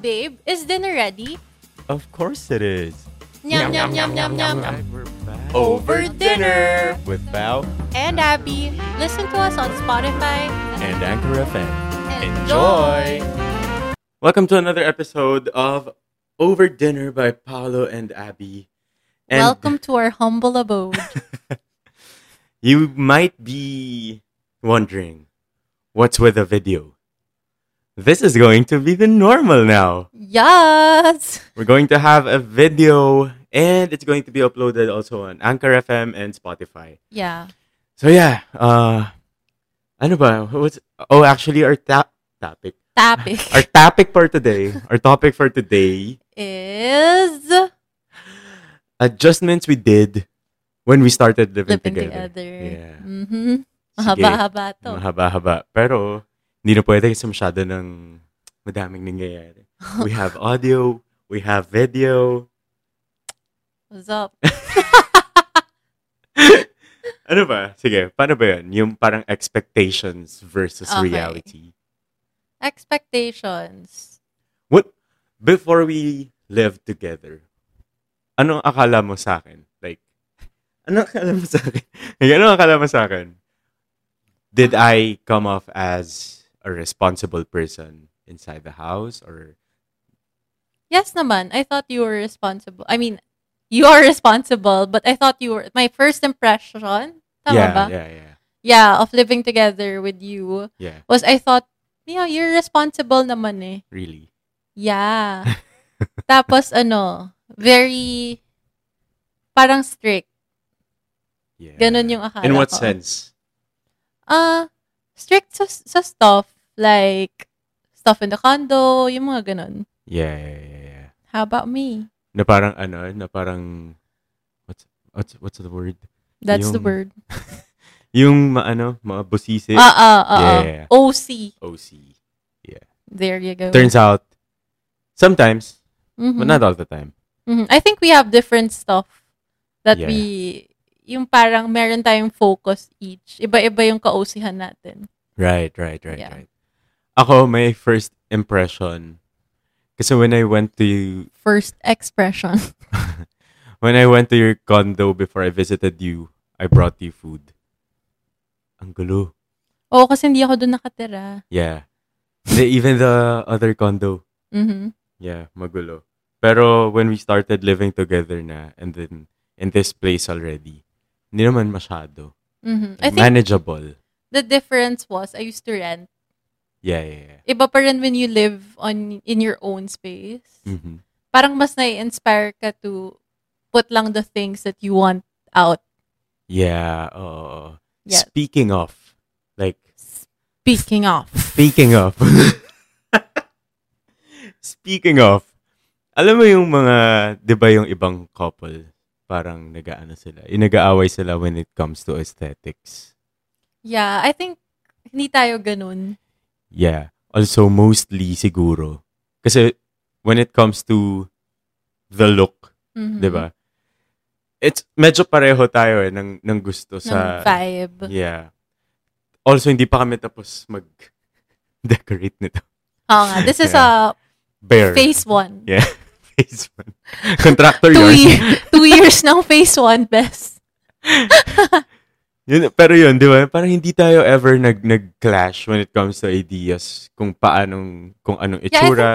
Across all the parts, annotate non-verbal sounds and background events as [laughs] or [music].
Babe, is dinner ready? Of course it is. Nyam, nyam, nyam, nyam, nyam. Alright, we're back. Over dinner! With Bao And Abby, listen to us on Spotify. and Anchor FM. Enjoy! Welcome to another episode of Over Dinner by Paolo and Abby. And Welcome to our humble abode. [laughs] You might be wondering, what's with the video? This is going to be the normal now. yes! We're going to have a video and it's going to be uploaded also on Anchor FM and Spotify. Yeah. So yeah, uh ano ba? What's Oh, actually our ta- topic. Topic Our topic for today, [laughs] our topic for today, is adjustments we did when we started living, living together. together. Yeah. Mm-hmm. Sige. Mahaba-haba to. Mahaba-haba. Pero, hindi na pwede kasi masyado ng madaming nangyayari. [laughs] We have audio, we have video. What's up? Ano ba? Sige, paano ba yun? Yung parang expectations versus Okay. reality. Expectations. What, before we lived together, ano akala mo sa akin? Like, ano akala mo sa akin? [laughs] Like, ano akala mo sa akin? Did I come off as a responsible person inside the house or Yes naman, I thought you were responsible. I mean, you are responsible, but I thought you were, my first impression, tama yeah, ba? yeah, yeah, Yeah, of living together with you yeah. was I thought, yeah, you're responsible naman eh. Really? [laughs] Yeah. Tapos ano, very parang strict. Yeah. Ganun yung akala In what ko. sense? Ah, strict sa, sa stuff like stuff in the condo, yung mga ganun. Yeah, yeah, yeah, yeah. How about me? Na parang ano, na parang what's what's what's the word? That's the Yung- word. Yung ano, maano, mga busisi. Ah, ah, ah, ah. Yeah. OC. OC. There you go. Turns out sometimes, Mhm. but not all the time. Mhm. I think we have different stuff that Yeah. we yung parang meron tayong focus each. Iba-iba yung kaosihan natin. Right, right, right, Yeah. right. Ako, my first impression kasi when I went to First expression. [laughs] [laughs] when I went to your condo before I visited you, I brought you food. Ang gulo. Oo, kasi hindi ako doon nakatira. Yeah. The, even the other condo. Mhm. Yeah, magulo. Pero when we started living together na and then in this place already, hindi naman masyado. Mhm. I think Manageable. the difference was I used to rent. Yeah, yeah, yeah. Iba pa rin when you live on in your own space. Mhm. Parang mas nai-inspire ka to put lang the things that you want out. Yeah, oo. Yeah. Speaking of, like, Speaking of. speaking of, [laughs] speaking of, alam mo yung mga, di ba yung ibang couple, parang nag-ano sila, yung nag-aaway sila when it comes to aesthetics. Yeah, I think hindi tayo ganun. Yeah. Also, mostly siguro. Kasi when it comes to the look, Mhm. di ba? It's medyo pareho tayo eh, ng, ng gusto ng sa... vibe. Yeah. Also, hindi pa kami tapos mag-decorate nito. Oo nga, this is a Bear. phase one. Yeah. [laughs] Phase one. Contractor [laughs] Two, yun. year, two years [laughs] ng phase one, best. [laughs] yun. Pero yun, di ba? Parang hindi tayo ever nag, nag-clash when it comes to ideas kung paanong, kung anong Yeah, I itsura.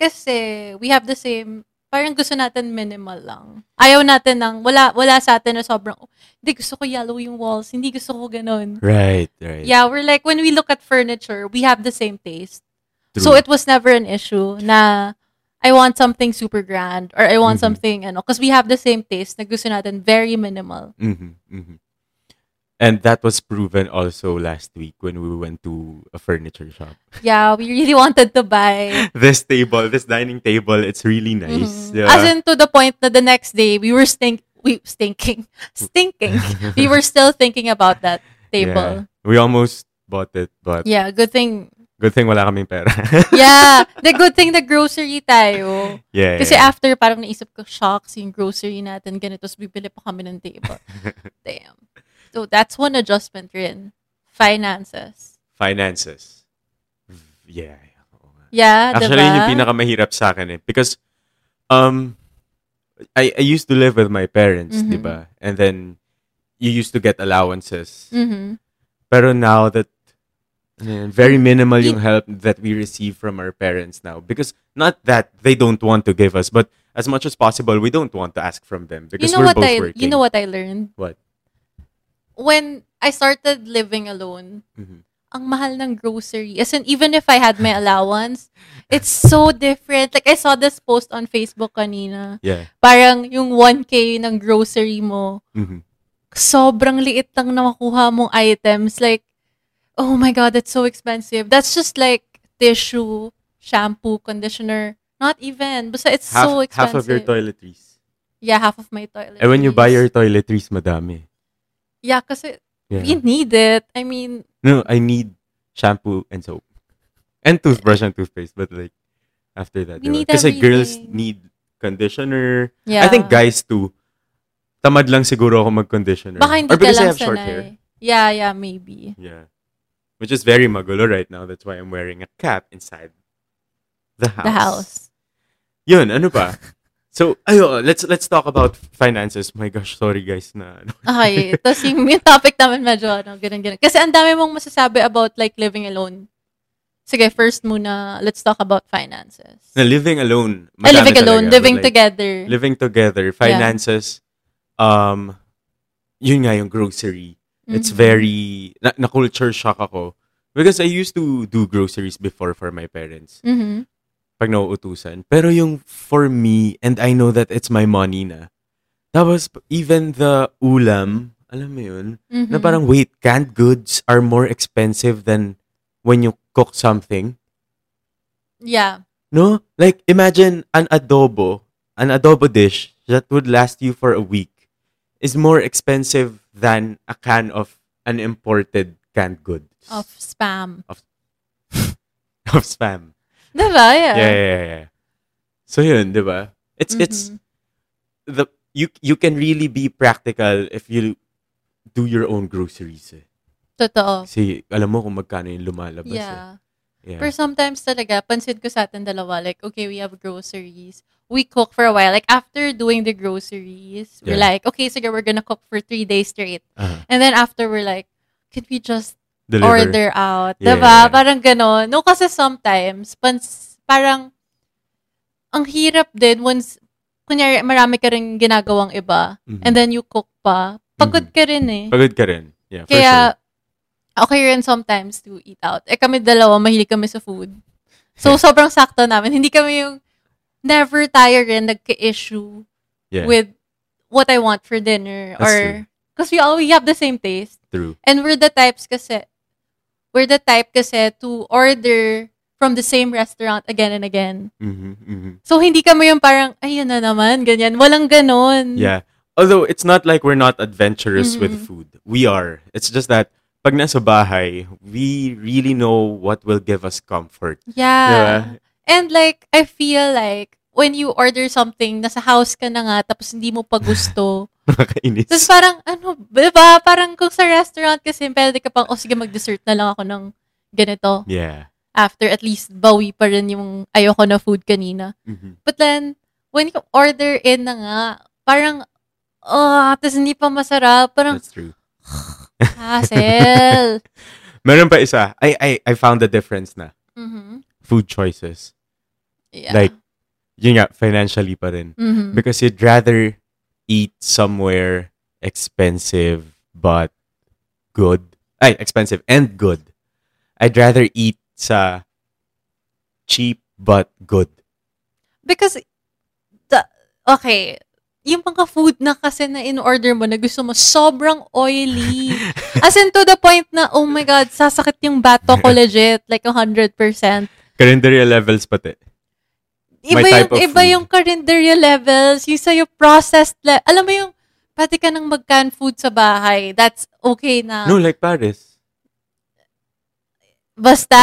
Kasi we have the same, parang gusto natin minimal lang. Ayaw natin ng, wala, wala sa atin na sobrang, "Oh, hindi gusto ko yellow yung walls, hindi gusto ko ganun. right, right. Yeah, we're like, when we look at furniture, we have the same taste. True. So it was never an issue na I want something super grand or I want Mhm. something, ano, because we have the same taste na gusto natin very minimal. Mhm, mhm. And that was proven also last week when we went to a furniture shop. [laughs] Yeah, we really [laughs] wanted to buy This table, this dining table, it's really nice. Mhm. di ba? As in to the point that the next day we were stink we stinking [laughs] stinking. we were still thinking about that Yeah. table. We almost bought it, but Yeah, good thing. good thing wala kaming pera. Yeah, the good thing the grocery tayo. [laughs] yeah. Kasi yeah. after parang naisip ko shocks yung grocery natin ganito, so bibili pa kami ng table. [laughs] [laughs] Damn. So that's one adjustment rin. Finances. Finances. Yeah. yeah. Oo nga. Yeah, Actually, diba? yun yung pinakamahirap sa akin eh. Because, um, I, I used to live with my parents, Mhm. di ba? And then, you used to get allowances. Mhm. Pero now that, ano yun, very minimal yung Y- help that we receive from our parents now. Because, not that they don't want to give us, but as much as possible, we don't want to ask from them. you Because know we're what both I working. you know what I learned? What? When I started living alone, Mhm. ang mahal ng grocery. As in, even if I had my allowance, it's so different. Like, I saw this post on Facebook kanina. Yeah. Parang yung 1K ng grocery mo, Mhm. sobrang liit lang na makuha mong items. Like, oh my God, that's so expensive. That's just like tissue, shampoo, conditioner. Not even. Basta it's Half, so expensive. half of your toiletries. Yeah, half of my toilet. And when you buy your toiletries, madami. Yeah, kasi Yeah. we need it. I mean, No, I need shampoo and soap. And toothbrush and toothpace, but like after that. We diba? need Kasi girls everything. need conditioner. yeah. I think guys too. Tamad lang siguro ako mag-conditioner. Baka hindi Or ka because I lang have short sanay. hair. Yeah, yeah, maybe. Yeah. Which is very magulo right now. That's why I'm wearing a cap inside the house. The house. Yun, ano ba? so, ayo, let's let's talk about finances. My gosh, sorry guys na ano. Okay. Tapos yung, yung topic namin medyo ano, ganun, ganun. Kasi ang dami mong masasabi about like living alone. Sige, first muna, let's talk about finances. na living alone. Ay, Eh, madami living alone, talaga, but living like, together. living together, finances, um, yun nga yung grocery. It's Mhm. very, na, na culture shock ako. Because I used to do groceries before for my parents. Mhm. Pag nauutusan. Pero yung for me, and I know that it's my money na. Tapos, even the ulam, alam mo yun, Mhm. na parang, wait, canned goods are more expensive than when you cook something. Yeah. No? Like, imagine an adobo, an adobo dish that would last you for a week is more expensive than a can of an imported canned goods. [laughs] Of spam. [laughs] Of spam. Diba? Yeah. Yeah, yeah, yeah. yeah. So yun, di ba? It's, it's, Mhm. the, you, you can really be practical if you do your own groceries. Eh. Totoo. Kasi alam mo kung magkano yung lumalabas. Yeah. Eh. Yeah. Pero sometimes talaga, pansin ko sa atin dalawa, like, okay, we have groceries. We cook for a while. Like, after doing the groceries, we're Yeah. like, okay, sige, we're gonna cook for three days straight. Ah, And then after, we're like, could we just deliver. order out? Yeah. Diba? Parang ganon. No, kasi sometimes, pans, parang, ang hirap din once, kunyari, marami ka rin ginagawang iba, Mhm. and then you cook pa, pagod Mhm. ka rin eh. Pagod ka rin. Yeah, for Kaya, okay rin sometimes to eat out. Eh kami dalawa, mahilig kami sa food. So, [laughs] sobrang sakto namin. Hindi kami yung, never tayo rin nagka-issue sure. Yeah, with what I want for dinner. That's true. or, because we all, we have the same taste. true. And we're the types kasi, we're the type kasi to order from the same restaurant again and again. Mhm, mhm. So, hindi kami yung parang, ayun na naman, ganyan. Walang ganon. Yeah. Although it's not like we're not adventurous with Mhm. food. We are. It's just that pag nasa bahay, we really know what will give us comfort. [laughs] Yeah. Diba? And like, I feel like, when you order something, nasa house ka na nga, tapos hindi mo pa [laughs] gusto. Nakakainis. Tapos parang, ano, diba? Parang kung sa restaurant kasi, pwede ka pang, oh sige, mag-dessert na lang ako ng ganito. yeah. After, at least, bawi pa rin yung ayoko na food kanina. Mhm. But then, when you order in na nga, parang, oh, tapos hindi pa masarap. Parang, That's true. [laughs] hassle. Meron pa isa. I, I, I found the difference na. Mhm. Food choices. Yeah. Like, yun nga, financially pa rin. Mhm. Because you'd rather eat somewhere expensive but good. Ay, expensive and good. I'd rather eat sa cheap but good. [laughs] Because, the, okay, yung mga food na kasi na in-order mo na gusto mo, sobrang oily. [laughs] As in, to the point na, oh my God, sasakit yung bato ko legit. Like, 100%. Karinderya levels pati. Iba My type yung, of iba food. yung carinderia levels. Yung sa'yo processed. Le- Alam mo yung, pati ka ng mag-canned food sa bahay. That's okay na. No, like Paris. [laughs] Basta.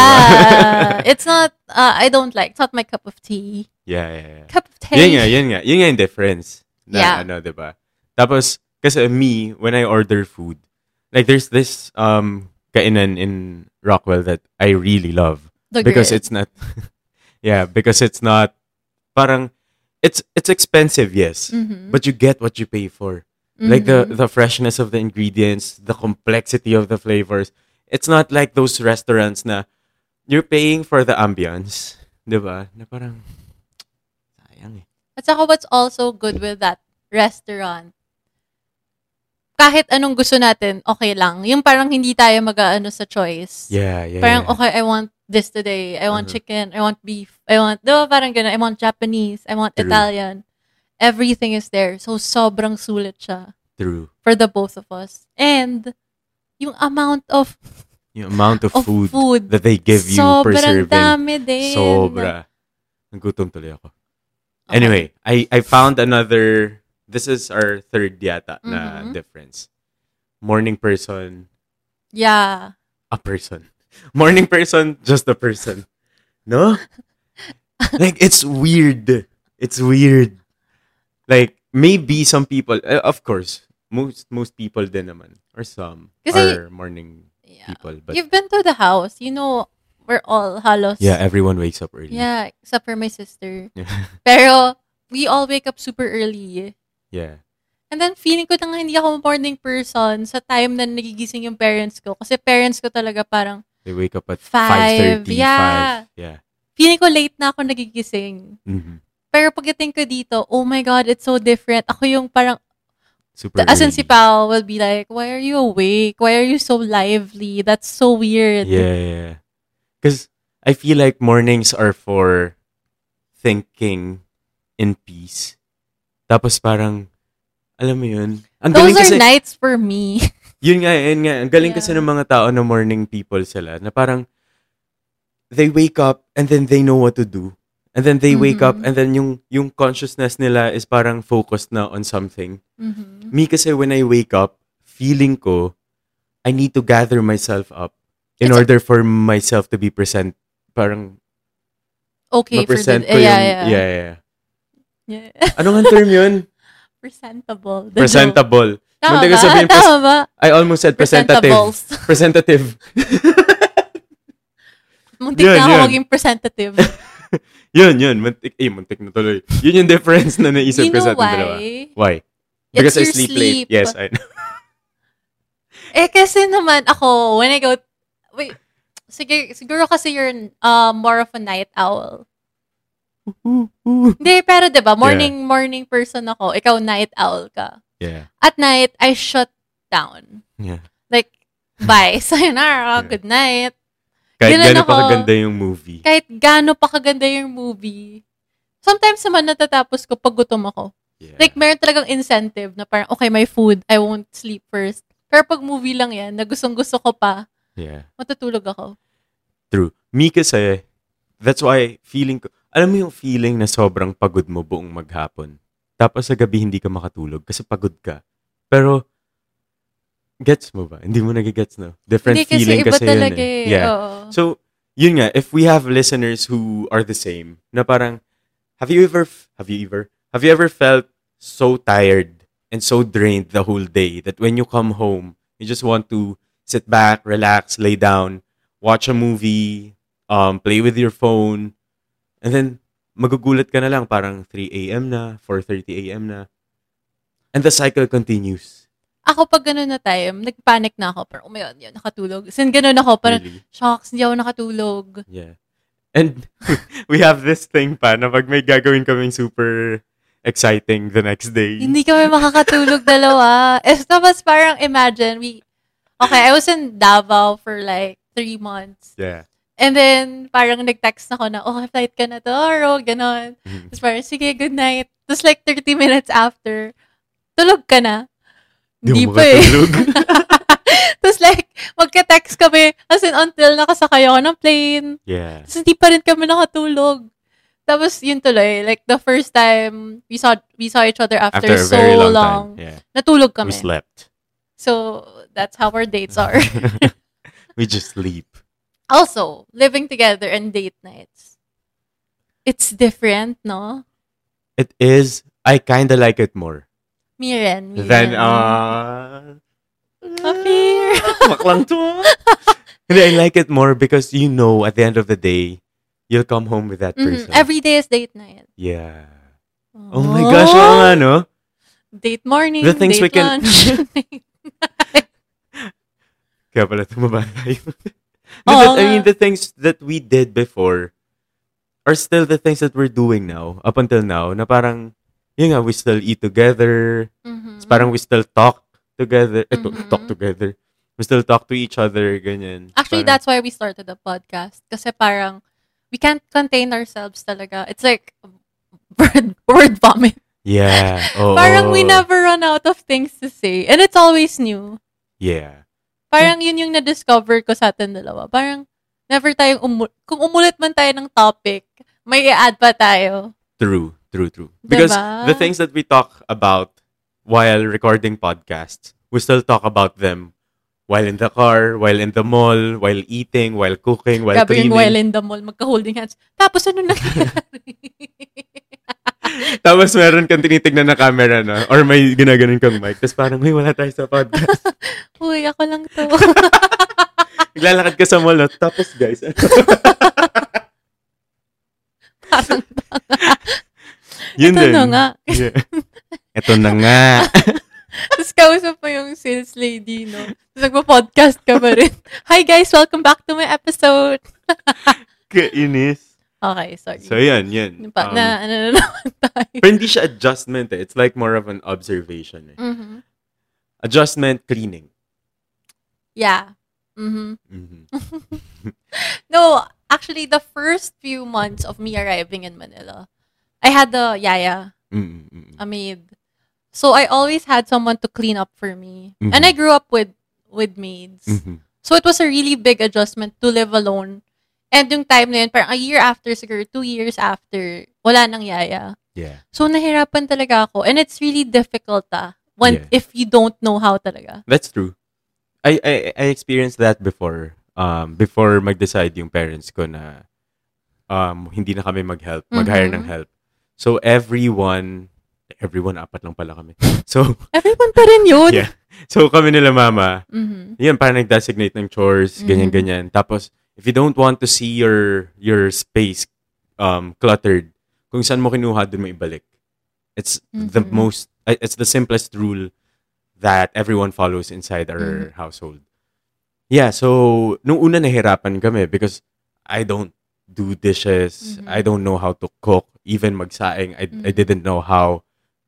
it's not, uh, I don't like, it's not my cup of tea. Yeah, yeah, yeah. Cup of Yun nga, tea. yun nga. Yun nga yung difference. Na, Yeah. ano, diba? Tapos, kasi me, when I order food, like there's this um kainan in Rockwell that I really love. The because grit. it's not [laughs] Yeah, because it's not parang it's it's expensive, yes. Mhm. But you get what you pay for. Like the Mhm. the freshness of the ingredients, the complexity of the flavors. It's not like those restaurants na you're paying for the ambience, 'di ba? Na parang sayang eh. At saka what's also good with that restaurant, kahit anong gusto natin, okay lang. Yung parang hindi tayo mag-ano sa choice. Yeah, yeah. Parang, yeah. okay, I want this today. I want Mhm. chicken. I want beef. I want, di ba, parang gano'n. I want Japanese. I want True. Italian. Everything is there. So, sobrang sulit siya True. for the both of us. And, yung amount of, Yung amount of, of food, food, that they give you per sobrang serving. dami din. Sobra. Nagutom tuloy ako. Okay. Anyway, I, I found another, this is our third yata na Mhm. difference. Morning person, Yeah. a person. [laughs] Morning person, just a person. [laughs] No? like, it's weird. It's weird. Like, maybe some people, eh, of course, most most people din naman, or some, Kasi- are morning yeah. people. But You've been to the house. You know, we're all halos. yeah, everyone wakes up early. Yeah, except for my sister. Yeah. Pero, we all wake up super early. [laughs] yeah. And then, feeling ko na nga hindi ako morning person sa time na nagigising yung parents ko. Kasi parents ko talaga parang, They wake up at Five, 5.30, yeah. 5. Yeah. feeling ko late na ako nagigising. Mhm. Pero pagdating ko dito, oh my God, it's so different. Ako yung parang, Super as in early. si Pao will be like, why are you awake? Why are you so lively? That's so weird. Yeah, yeah. Because I feel like mornings are for thinking in peace. Tapos parang, alam mo yun? Ang Those galing are kasi, nights for me. yun nga, yun nga. Ang galing kasi Yeah. ng mga tao na morning people sila, na parang, they wake up and then they know what to do. And then they wake up Mhm. and then yung, yung consciousness nila is parang focused na on something. Mhm. Me kasi when I wake up, feeling ko, I need to gather myself up in It's- order for myself to be present. Parang, Okay for the, ma-present yeah, ko yung, yeah, yeah. yeah, yeah. [laughs] Ano nga term yun? Presentable. [laughs] The joke. Presentable. Tama Muntik ko ba? [laughs] sabihin, pres- Tama ba? I almost said presentative. Presentables. [laughs] Presentative. [laughs] Muntik Yun, na ako yun. maging presentative. [laughs] yun, yun. Muntik, eh, muntik na tuloy. Yun yung difference na you naisip ko know sa ating why? dalawa. Why? It's Because I your sleep, sleep. late. Yes, [laughs] I know. [laughs] Eh, kasi naman ako, when I go, wait, sige, siguro kasi you're uh, more of a night owl. Hindi, pero 'di ba morning, morning person ako, ikaw night owl ka. Yeah. At night, I shut down. Yeah. Like, bye, [laughs] sayonara, Yeah. good night. Kahit Ganun gano'n ako. pa kaganda yung movie. Kahit gaano pa kaganda yung movie, sometimes naman natatapos ko pag gutom ako. Yeah. Like, meron talagang incentive na parang, okay, may food, I won't sleep first. Pero pag movie lang yan, na gustong-gusto ko pa, yeah. matutulog ako. True. Me kasi, that's why feeling ko, alam mo yung feeling na sobrang pagod mo buong maghapon. Tapos sa gabi hindi ka makatulog kasi pagod ka. Pero, gets mo ba? Hindi mo nagigets, no? Different Hindi kasi feeling iba kasi yun talaga eh. eh. Yeah. Oo. So, yun nga, if we have listeners who are the same, na parang, have you ever, have you ever, have you ever felt so tired and so drained the whole day that when you come home, you just want to sit back, relax, lay down, watch a movie, um, play with your phone, and then magugulat ka na lang, parang 3 a.m. na, 4.30 a.m. na, and the cycle continues. ako pag ganun na time, nagpanic na ako. Parang, oh my God, yun, nakatulog. Sin ganun ako, parang, really. shocks, hindi ako nakatulog. Yeah. And [laughs] we have this thing pa na pag may gagawin kaming super exciting the next day. Hindi kami makakatulog dalawa. [laughs] Eh, tapos parang imagine, we, okay, I was in Davao for like three months. Yeah. And then, parang nag-text ako na, oh, flight ka na tomorrow, ganon. Mm-hmm. Tapos parang, sige, good night. Tapos like 30 minutes after, tulog ka na. Hindi pa eh. makatulog. [laughs] Tapos like, magka-text kami, as in until nakasakay ako ng plane. yeah. Tapos hindi pa rin kami nakatulog. Tapos yun tuloy, like the first time we saw we saw each other after, After a so very long, long, time. Yeah. natulog We kami. slept. So that's how our dates are. [laughs] we just sleep. also, living together and date nights. It's different, no? It is, I kind of like it more. Me rin. me Then, rin. uh... Papi. [laughs] Baklang to. Hindi, I like it more because you know at the end of the day, you'll come home with that Mhm. person. Every day is date night. yeah. Oh my gosh, Oh! oo nga, no? Date morning, The things date we can- [laughs] lunch. Kaya pala tumaba [laughs] tayo. The- Oo the- I nga. mean, the things that we did before are still the things that we're doing now, up until now, na parang, yun nga, we still eat together, Mhm. It's parang we still talk together, eh, to- Mhm. talk together. We still talk to each other, ganyan. Actually, Parang- that's why we started the podcast. Kasi parang, we can't contain ourselves talaga. It's like, [laughs] word, word vomit. Yeah. oh, oo. [laughs] Parang we never run out of things to say. And it's always new. Yeah. Parang yun yung na-discover ko sa atin dalawa. Parang, never tayong umu- Kung umulit man tayo ng topic, may i-add pa tayo. True, true, true. Because Diba? the things that we talk about while recording podcasts, we still talk about them while in the car, while in the mall, while eating, while cooking, while Gabi cleaning. yung while in the mall, magka-holding hands. Tapos ano nangyari? [laughs] Tapos meron kang tinitignan na camera, no? Or may ginaganon kang mic. Tapos parang, uy, wala tayo sa [laughs] podcast. Uy, ako lang to. [laughs] Naglalakad ka sa mall, no? Tapos, guys, ano? [laughs] Parang, [laughs] Yun Ito din. na nga. Yeah. [laughs] Ito na nga. [laughs] Tapos kausap pa yung sales lady, no? Tapos nagpa-podcast ka pa rin. [laughs] Hi guys, welcome back to my episode. Kainis. Okay, sorry. So, yan, yan. Yung pa, na, Um, ano na naman tayo. [laughs] pero hindi siya adjustment, eh. It's like more of an observation, eh. Mhm. Adjustment, cleaning. Yeah. Mhm. Mhm. No, actually, the first few months of me arriving in Manila, I had the yaya, Mm, mm, mm. a maid. So I always had someone to clean up for me. Mhm. And I grew up with with maids. Mhm. So it was a really big adjustment to live alone. And yung time na yun, parang a year after, siguro two years after, wala nang yaya. Yeah. So nahirapan talaga ako. And it's really difficult ah. When, Yeah. If you don't know how talaga. [laughs] That's true. I, I I experienced that before. Um before mag-decide yung parents ko na um hindi na kami mag-help, mag-hire ng Mhm. help. So everyone everyone apat lang pala kami. [laughs] So Everyone pa rin yun. Yeah. so kami nila mama, Mhm. yan parang nag-designate ng chores, ganyan Mhm. ganyan. Tapos if you don't want to see your your space um cluttered, kung saan mo kinuha doon mo ibalik. It's the Mhm. most uh, it's the simplest rule that everyone follows inside our household. Yeah, so nung una nahirapan kami because I don't do dishes. Mhm. I don't know how to cook, even magsaing. I I Mhm. didn't know how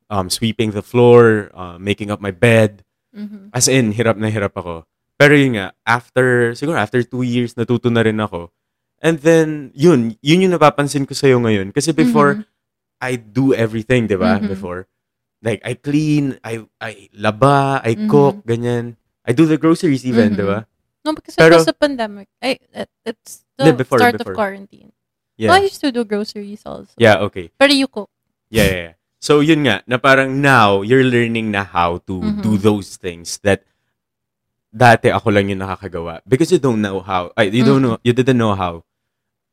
um sweeping the floor, uh, making up my bed. Mhm. As in, hirap na hirap ako. Pero yun nga, after, siguro after two years, natuto na rin ako. And then, yun, yun yung napapansin ko sa'yo ngayon. Kasi before, I do everything, di ba? Mhm. Before. Like, I clean, I, I laba, I Mhm. cook, ganyan. I do the groceries Mhm. even, di ba? No, because Pero- it was the pandemic. I, it, it's the Hindi, before, start of before. quarantine. Yeah. Well, I used to do groceries also. Yeah, okay. Pero you cook. Yeah, yeah, yeah. So, yun nga, na parang now, you're learning na how to Mhm. do those things that dati ako lang yung nakakagawa. Because you don't know how. Ay, you don't Mm-hmm. know, you didn't know how.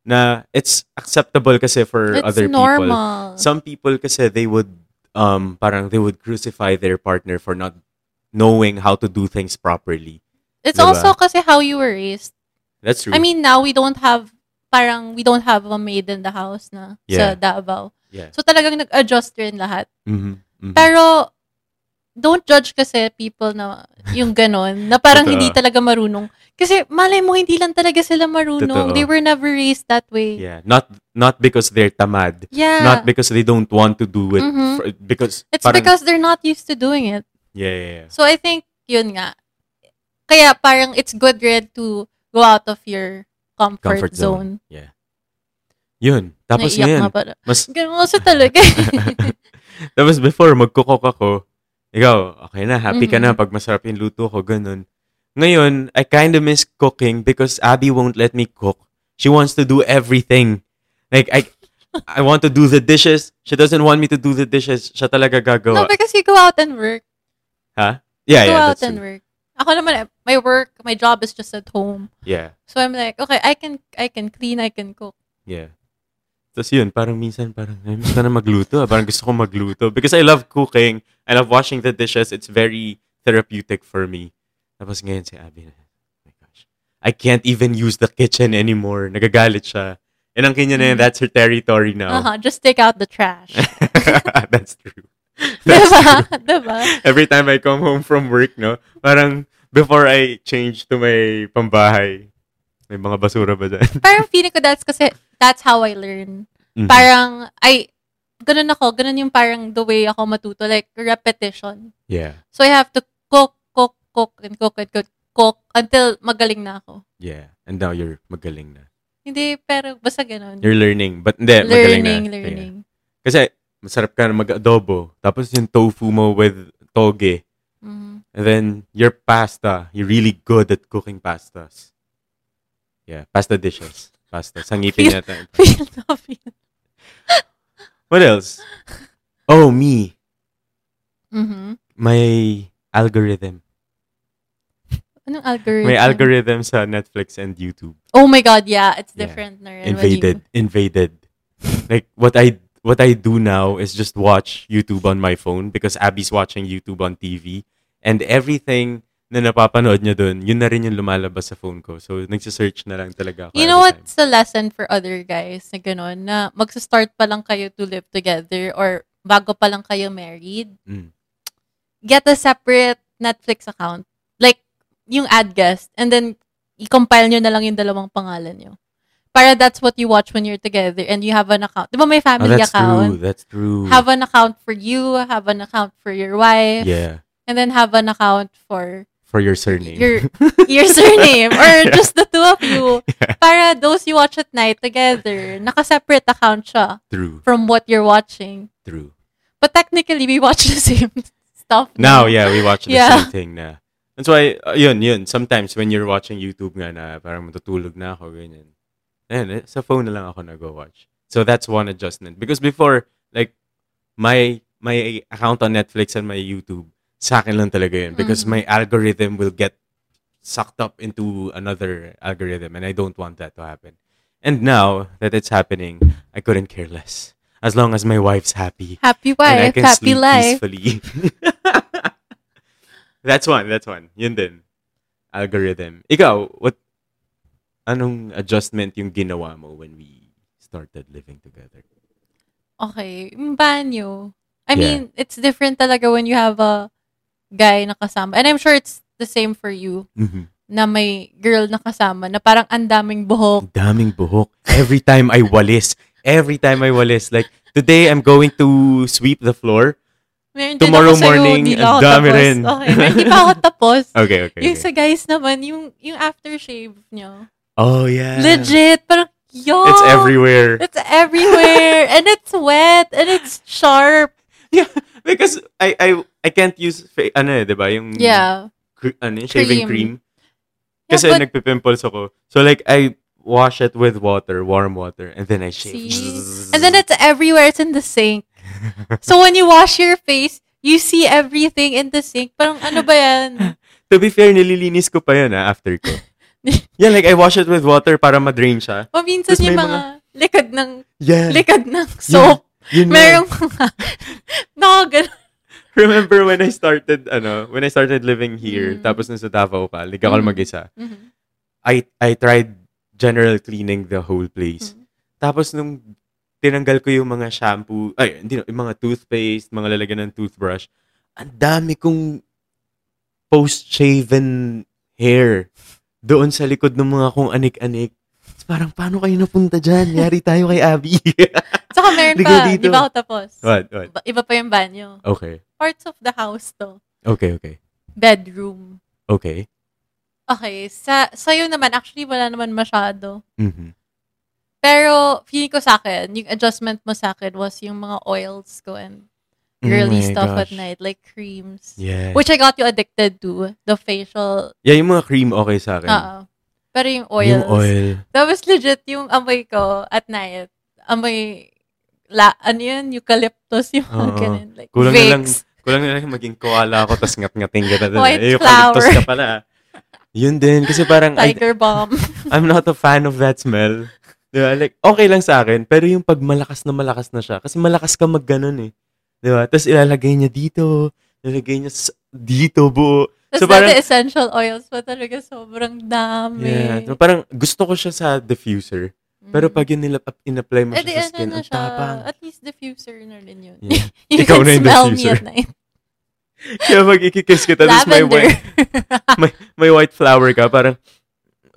Na it's acceptable kasi for It's other people. normal. Some people kasi they would, um, parang they would crucify their partner for not knowing how to do things properly. it's diba? also kasi how you were raised. That's true. I mean, now we don't have, parang we don't have a maid in the house na sa Yeah. Davao. yeah. So talagang nag-adjust rin lahat. Mhm, mhm. Pero, don't judge kasi people na yung ganon, na parang Totoo. hindi talaga marunong. Kasi malay mo, hindi lang talaga sila marunong. Totoo. They were never raised that way. yeah. Not, not because they're tamad. Yeah. Not because they don't want to do it. Mhm. for- because, it's parang- because they're not used to doing it. Yeah, yeah, yeah. So I think yun nga. Kaya parang it's good red to go out of your comfort, Comfort zone. zone. Yeah. Yun. Tapos Naiyak ngayon, nga pala. [laughs] mas, Ganun kasi [laughs] talaga. tapos before, magkukok ako, ikaw, okay na, happy ka na Mhm. pag masarap yung luto ko, ganun. Ngayon, I kind of miss cooking because Abby won't let me cook. She wants to do everything. Like, I, I want to do the dishes. She doesn't want me to do the dishes. Siya talaga no, gagawa. because you go out and work. ha? Yeah, go Ah, yeah, out that's and true. work. Ako naman, eh, my work, my job is just at home. Yeah, So I'm like, okay, I can I can clean, I can cook. yeah. Tapos yun, parang minsan, parang, ay, gusto na magluto. ah. Parang gusto ko magluto. Because I love cooking. I love washing the dishes. It's very therapeutic for me. Tapos ngayon si Abby na, oh my gosh. I can't even use the kitchen anymore. Nagagalit siya. And ang kanya na yun, that's her territory now. Mm. Uh-huh, just take out the trash. [laughs] [laughs] that's true. [laughs] That's diba? true. [laughs] diba? Every time I come home from work, no? Parang before I change to my pambahay, may mga basura ba dyan? Parang feeling ko that's kasi that's how I learn. Mhm. Parang, ay, ganun ako. Ganun yung parang the way ako matuto. Like, repetition. [laughs] Yeah. So, I have to cook, cook, cook, and cook, and cook, cook until magaling na ako. Yeah. And now you're magaling na. Hindi, pero basta ganun. You're learning. But hindi, magaling na. learning, Yeah. learning. Kasi masarap ka na mag-adobo. Tapos yung tofu mo with toge. [laughs] Mhm. And then your pasta, you're really good at cooking pastas. Yeah, pasta dishes. Pasta. Feel- Sangipin [laughs] yata. Feel na feel. What else? Oh, me. Mhm. My algorithm. Anong algorithm? May algorithm sa Netflix and YouTube. Oh my God, yeah. It's Yeah. different na rin. when you- Invaded. Invaded. Like what I what I do now is just watch YouTube on my phone because Abby's watching YouTube on TV and everything na napapanood niya dun, yun na rin yung lumalabas sa phone ko. So, nagsisearch na lang talaga ako. You know every time. what's the lesson for other guys na gano'n? Na magsa-start pa lang kayo to live together or bago pa lang kayo married, Mm. get a separate Netflix account. Like, yung ad guest. And then, i-compile nyo na lang yung dalawang pangalan nyo. Para that's what you watch when you're together and you have an account. Di ba may Oh, family that's true. account? That's true. Have an account for you, have an account for your wife, yeah. and then have an account for For your surname. your your [laughs] surname or [laughs] Yeah. just the two of you [laughs] Yeah, para those you watch at night together naka-separate account siya true. from what you're watching True. but technically we watch [laughs] the same stuff Now, yeah, we watch the Yeah. same thing na. That's why, uh, yun, yun. Sometimes when you're watching YouTube nga na parang matutulog na ako, ganyan. Ayun, eh, sa phone na lang ako nag-watch. So that's one adjustment. Because before, like, my my account on Netflix and my YouTube, sa akin lang talaga yun. Because Mhm. my algorithm will get sucked up into another algorithm and I don't want that to happen. And now that it's happening, I couldn't care less. As long as my wife's happy. happy and wife I can happy sleep life peacefully. [laughs] that's one, that's one. Yun din. Algorithm. Ikaw, what, anong adjustment yung ginawa mo when we started living together? okay yung banyo I Yeah. mean it's different talaga when you have a guy na kasama and I'm sure it's the same for you Mhm. na may girl na kasama na parang ang daming buhok Ang daming buhok. Every time I walis, every time I walis, like, today I'm going to sweep the floor. Meron din Tomorrow ako sa'yo, morning, di ang lang ako dami tapos. rin. Okay, meron, di [laughs] pa ako tapos. Okay, okay. Yung okay. sa guys naman, yung, yung aftershave nyo. oh, yeah. Legit, parang, yo! It's everywhere. It's everywhere. and it's wet. And it's sharp. Yeah, because I I I can't use fa- ano eh, 'di ba? Yung Yeah. cr- ano, eh, shaving cream. Cream. Kasi yeah, but nagpipimples ako. So like I wash it with water, warm water, and then I shave. see? And then it's everywhere. It's in the sink. so when you wash your face, you see everything in the sink. Parang ano ba yan? to be fair, nililinis ko pa 'yun ah, after [laughs] ko. yeah, like I wash it with water para ma-drain siya. O minsan Tapos may yung mga, likod ng, Yeah. likod ng soap. yun nga. Merong mga, [laughs] no, ganun. Remember when I started ano, when I started living here, Mm. tapos nasa Davao ka, ligaw ka Mm. mag-isa. I I tried general cleaning the whole place. Mm. Tapos nung tinanggal ko yung mga shampoo, ay, hindi, na- yung mga toothpaste, mga lalagyan ng toothbrush, ang dami kong post-shaven hair doon sa likod ng mga kung anik-anik. It's Parang, paano kayo napunta dyan? Yari tayo kay Abby. [laughs] Saka meron Ligaw pa, dito. di ba ako tapos? what, what? Iba- Iba pa yung banyo. Okay. Parts of the house to. Okay, okay. Bedroom. Okay. Okay, sa sa'yo naman, actually wala naman masyado. Mm-hmm. Pero feeling ko sa akin, yung adjustment mo sa akin was yung mga oils ko and girly Mm, stuff at night, like creams. Oh Yes. Which I got you addicted to. The facial, yeah, yung mga cream okay sa akin. oo. Pero yung oils. Yung oil. That was legit yung amoy ko at night. Amoy, la, ano yun? Eucalyptus, yung mga Oo. ganun. Like, Kulang na Vicks. lang, kulang na lang maging koala ako tapos ngat-ngating ka na doon. White eh, eucalyptus flower. ka pala. ah. Yun din. Kasi parang, I, Tiger bomb. I'm not a fan of that smell. Di ba? Like, okay lang sa akin, pero yung pag malakas na malakas na siya, kasi malakas ka mag ganun eh. Di ba? Tapos ilalagay niya dito, ilalagay niya sa- dito buo. Tapos [laughs] So, parang- dati essential oils pa talaga sobrang dami. Mm. Yeah. So, parang gusto ko siya sa diffuser. Pero pag yun nila in-apply mo Eh, di, siya ano sa skin, na ang siya. tapang. [laughs] At least diffuser na rin yun. Yeah. [laughs] you Ikaw can na yung smell me diffuser. at night. Kaya pag ikikiss kita, tapos may Lavender. white, may white flower ka, parang,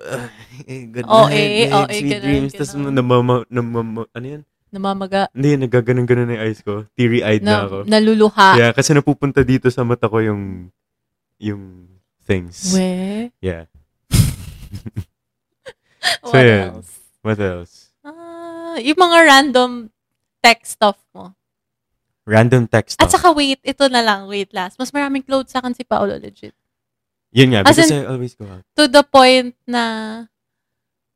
"Ah, eh, [laughs] good night, Oo, eh, babe, oo, eh, sweet ganun, dreams. Tapos ganun. namama, namama, ano yan? [laughs] Namamaga. Hindi, nagaganon-ganon na yung eyes ko. Teary-eyed na, Na, ako. naluluha. Yeah, kasi napupunta dito sa mata ko yung, yung things. We? Yeah. [laughs] What yun. else? What else? Ah, yung mga random text stuff mo. Random text. At At saka wait, ito na lang, wait last. Mas maraming clothes sa akin si Paolo, legit. Yun nga, As because in- I always go out. To the point na,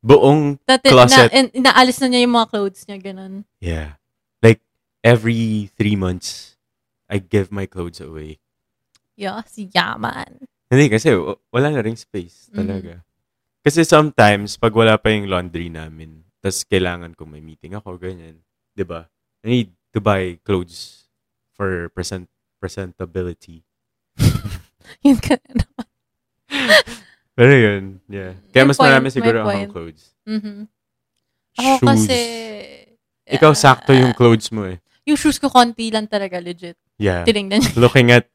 Buong, na, na, Closet. in, inaalis na niya yung mga clothes niya, ganun. yeah. Like, every three months, I give my clothes away. Yeah, si Yaman. [laughs] Hindi, kasi w- wala na ring space Mm-hmm. talaga. Kasi sometimes, pag wala pa yung laundry namin, tas kailangan ko may meeting ako, ganyan. 'Di ba? I need to buy clothes for present presentability. Yun ka na. Pero yun, yeah. Mm-hmm. May Kaya mas point, marami may siguro point. akong clothes. Mhm. Ako kasi... Ikaw, sakto yung ah, clothes mo eh. yung shoes ko konti lang talaga, legit. Yeah. Tinignan niya. Looking at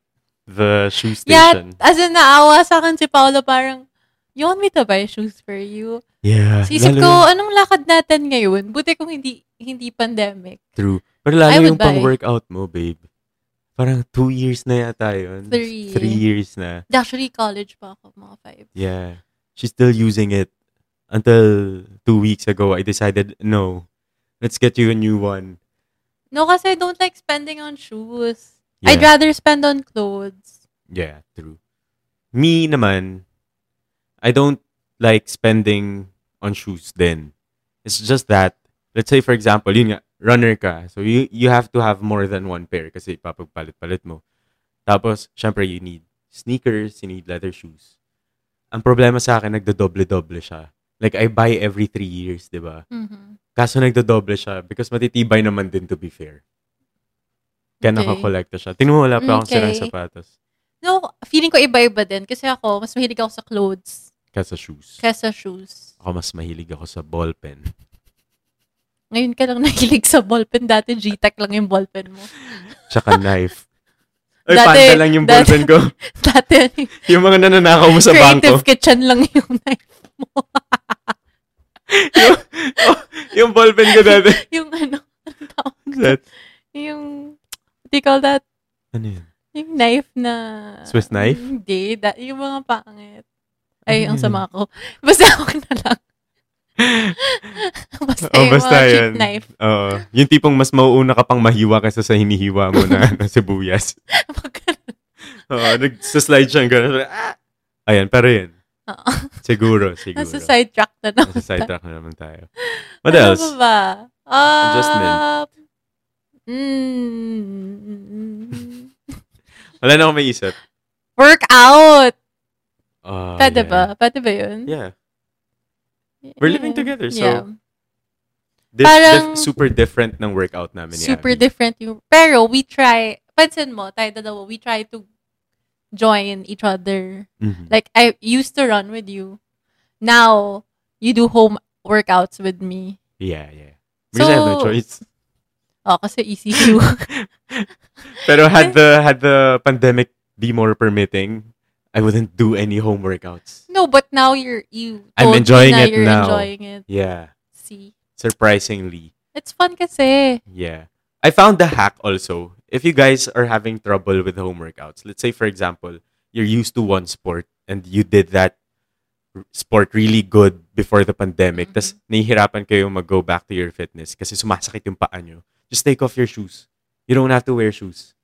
the shoe Yeah, station. as in, naawa sa akin si Paolo, parang, you want me to buy shoes for you? Yeah. So, isip lalo ko, yung- anong lakad natin ngayon? Buti kung hindi hindi pandemic. True. I Pero lalo would yung buy. pang-workout mo, babe. Parang two years na yata yun. Three. Three years na. Actually, college pa ako, mga five. Yeah. She's still using it. Until two weeks ago, I decided, no, let's get you a new one. No, kasi I don't like spending on shoes. Yeah. I'd rather spend on clothes. Yeah, true. Me naman, I don't like spending on shoes then. It's just that, let's say for example, yun nga, runner ka. So you you have to have more than one pair kasi papagpalit-palit mo. Tapos, syempre you need sneakers, you need leather shoes. Ang problema sa akin, nagdodoble-doble siya. Like, I buy every three years, di ba? Mhm. Kaso nagdodoble siya because matitibay naman din to be fair. Kaya Okay. nakakolekta siya. Tingnan mo, wala pa akong Okay. sirang sapatos. No, feeling ko iba-iba din. Kasi ako, mas mahilig ako sa clothes Kaya sa shoes. kesa shoes. Ako mas mahilig ako sa ball pen. [laughs] Ngayon ka lang nakilig sa ballpen. Dati, G-Tech lang yung ballpen mo. [laughs] Tsaka knife. Ay, Dati- panda lang yung ball dati- pen ko. [laughs] Dati, ano yung mga nananakaw mo sa creative bangko. [laughs] kitchen lang yung knife mo. oh, Yung ball pen ko [laughs] dati. yung ano, ang tawag doon? That- Yung, what do you call that? ano yun? Yung knife na... Swiss knife? Hindi. Da, yung mga pangit. Ay, ang Ano yun? sama ko. [laughs] Basta ako na lang. [laughs] basta oh, yung basta mga yun. cheap knife. Oo. Yung tipong mas mauuna ka pang mahiwa kaysa sa hinihiwa mo na [laughs] ano, sibuyas. [laughs] Oo, nagsaslide siyang gano'n. Ah! Ayan, pero yun. Oo. Siguro, siguro. Nasa sidetrack na naman. Nasa sidetrack na naman tayo. What ano else? Ano ba? Ah, Adjustment. Um, Mm, Wala na akong maisip. workout. Uh, Pwede Oh, yeah. ba? Pwede ba yun? Yeah. We're living Yeah. together, so Yeah. Dif- Parang- dif- super different ng workout namin ni super Abby. different yung pero we try pansin mo tayo dalawa we try to join each other Mhm. like I used to run with you now you do home workouts with me Yeah, yeah. Because I have no So- choice. oh kasi ECQ Pero had the had the pandemic be more permitting, I wouldn't do any home workouts. no but now you're you told I'm me enjoying na it you're now. enjoying it Yeah, see surprisingly. it's fun kasi Yeah. I found the hack also. If you guys are having trouble with home workouts, let's say for example, you're used to one sport and you did that r- sport really good before the pandemic, Mhm. tas nahihirapan kayo mag-go back to your fitness kasi sumasakit yung paa nyo. Just take off your shoes. You don't have to wear shoes.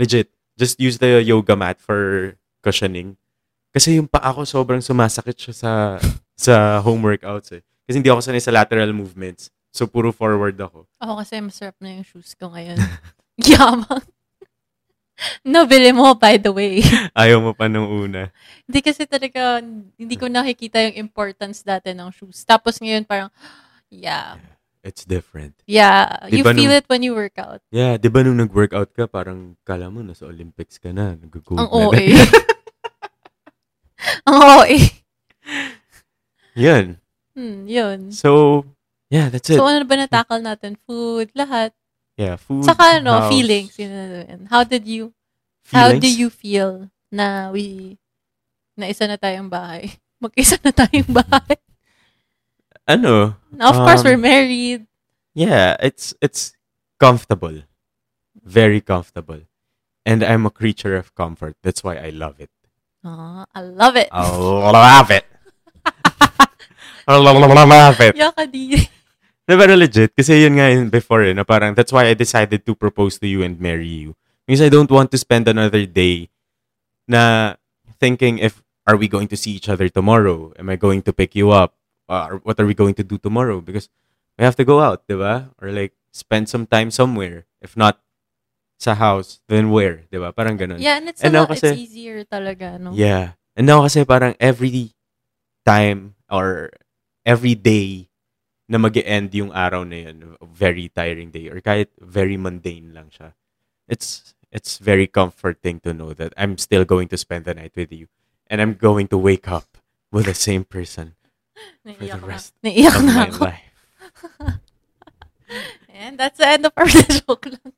Legit. Just use the yoga mat for cushioning. Kasi yung paa ko sobrang sumasakit siya sa sa home workouts eh. Kasi hindi ako sanay sa lateral movements. So puro forward ako. ako kasi masarap na yung shoes ko [laughs] ngayon yaman nabili mo by the way [laughs] Ayaw mo pa nung una. Hindi kasi talaga, hindi ko nakikita yung importance dati ng shoes. Tapos ngayon parang, yeah, It's different. yeah. you Di ba feel nung- it when you work out. Yeah, di ba nung nag-workout ka, parang kala mo nasa Olympics ka na. Nag-gold Ang medal. [laughs] OA. Ang OA. Yan. Hmm, yun. So, Yeah, that's it. So, ano ba natakal natin? Food, lahat. yeah, food. Saka, ano, house, feelings. Yun na yun. How did you, how Feelings? do you feel na we, na isa na tayong bahay? [laughs] Mag-isa na tayong bahay. Ano? Now, of course, Um, we're married. Yeah, it's it's comfortable. Very comfortable. And I'm a creature of comfort. That's why I love it. Aw, I love it. I [laughs] love it. I love it. Yaka di. [laughs] No, pero legit, kasi yun nga yun before eh, na parang that's why I decided to propose to you and marry you. Because I don't want to spend another day na thinking if are we going to see each other tomorrow? Am I going to pick you up? Or what are we going to do tomorrow? Because we have to go out, di ba? Or like spend some time somewhere. If not sa house, then where? Di ba? Parang ganun. Yeah, and it's, a And now lot, it's kasi- easier talaga, no? Yeah. And now kasi parang every time or every day na mag end yung araw na yun, very tiring day or kahit very mundane lang siya. It's it's very comforting to know that I'm still going to spend the night with you and I'm going to wake up with the same [laughs] person for Naiiyak the na. rest Naiiyak of na my ako. life. And that's the end of our [laughs] joke lang.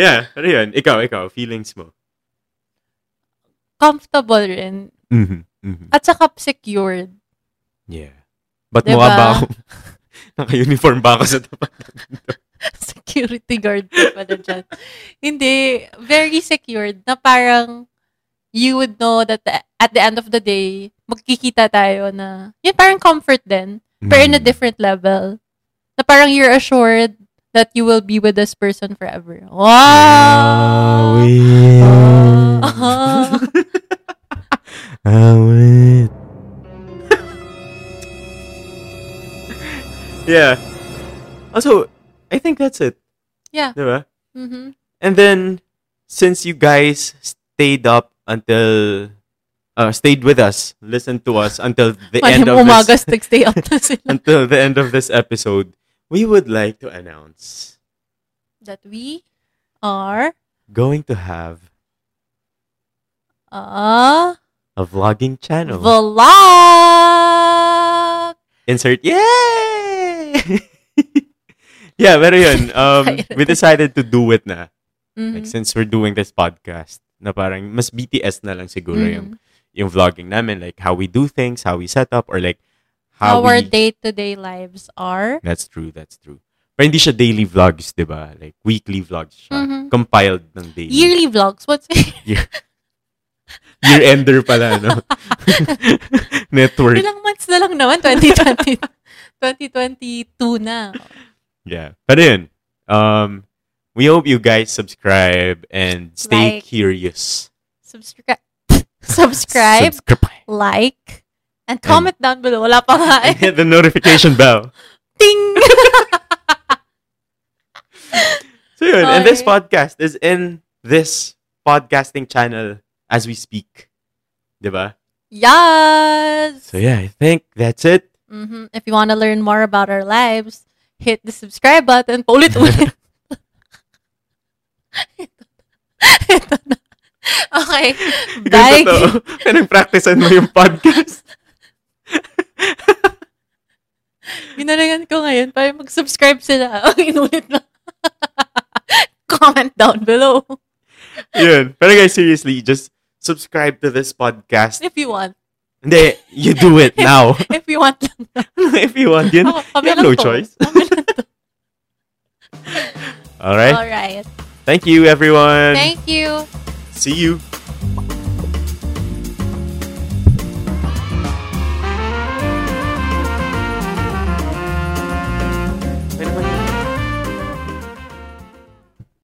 Yeah, pero yun, ikaw, ikaw, feelings mo. Comfortable rin. Mhm. mhm. At saka secured. Yeah. Ba't Diba? mukha ba [laughs] ako? Naka-uniform ba ako sa tapat? [laughs] security guard ka pala dyan. Hindi, very secured na parang you would know that the- at the end of the day, magkikita tayo na, yun parang comfort din, pero Hmm. in a Mm-hmm. different level. Na parang you're assured that you will be with this person forever. Wow! Ah. Awit. [laughs] yeah. Also, I think that's it. Yeah. Diba? Mhm. And then, since you guys stayed up until, uh, stayed with us, listened to us until the end Malim of this, umagas, nag-stay up [laughs] na sila. until the end of this episode, we would like to announce that we are going to have a a vlogging channel. vlog! Insert yay! [laughs] yeah, pero yun. Um, we decided to do it na. Mhm. Like, since we're doing this podcast, na parang mas BTS na lang siguro Mhm. yung, yung vlogging namin. Like, how we do things, how we set up, or like, how our we... day-to-day lives are. That's true, that's true. Pero hindi siya daily vlogs, di ba? Like, weekly vlogs siya. Mhm. Compiled ng daily. Yearly vlogs. What's [laughs] Year-ender pala, no? [laughs] [laughs] Network. Ilang months na lang naman? 2020. 2022 na. Yeah. But then, um, we hope you guys subscribe and stay Like. curious. Subscribe. [laughs] Subscribe. Subscribe. like. And comment down below. Wala pa nga And eh. [laughs] hit the [laughs] notification bell. Ting! So, yun, and this Okay. podcast is in this podcasting channel as we speak. Diba? yes! So, yeah, I think that's it. Mhm. If you want to learn more about our lives, hit the subscribe button. [laughs] Paulit-ulit. [laughs] Ito na. Ito na. Okay. Bye. Ganito to. [laughs] Pinag-practicean mo yung [laughs] podcast. [laughs] Ginalagan ko ngayon para mag-subscribe sila. [laughs] Ang inulit na. Comment down below yun. Pero guys, seriously, just subscribe to this podcast. if you want. Hindi, you do it [laughs] now. [laughs] If you want lang. if you want yun. Ako, kami you have lang no to. choice. Kami [laughs] lang to. All right. Alright. Thank you, everyone. Thank you. See you.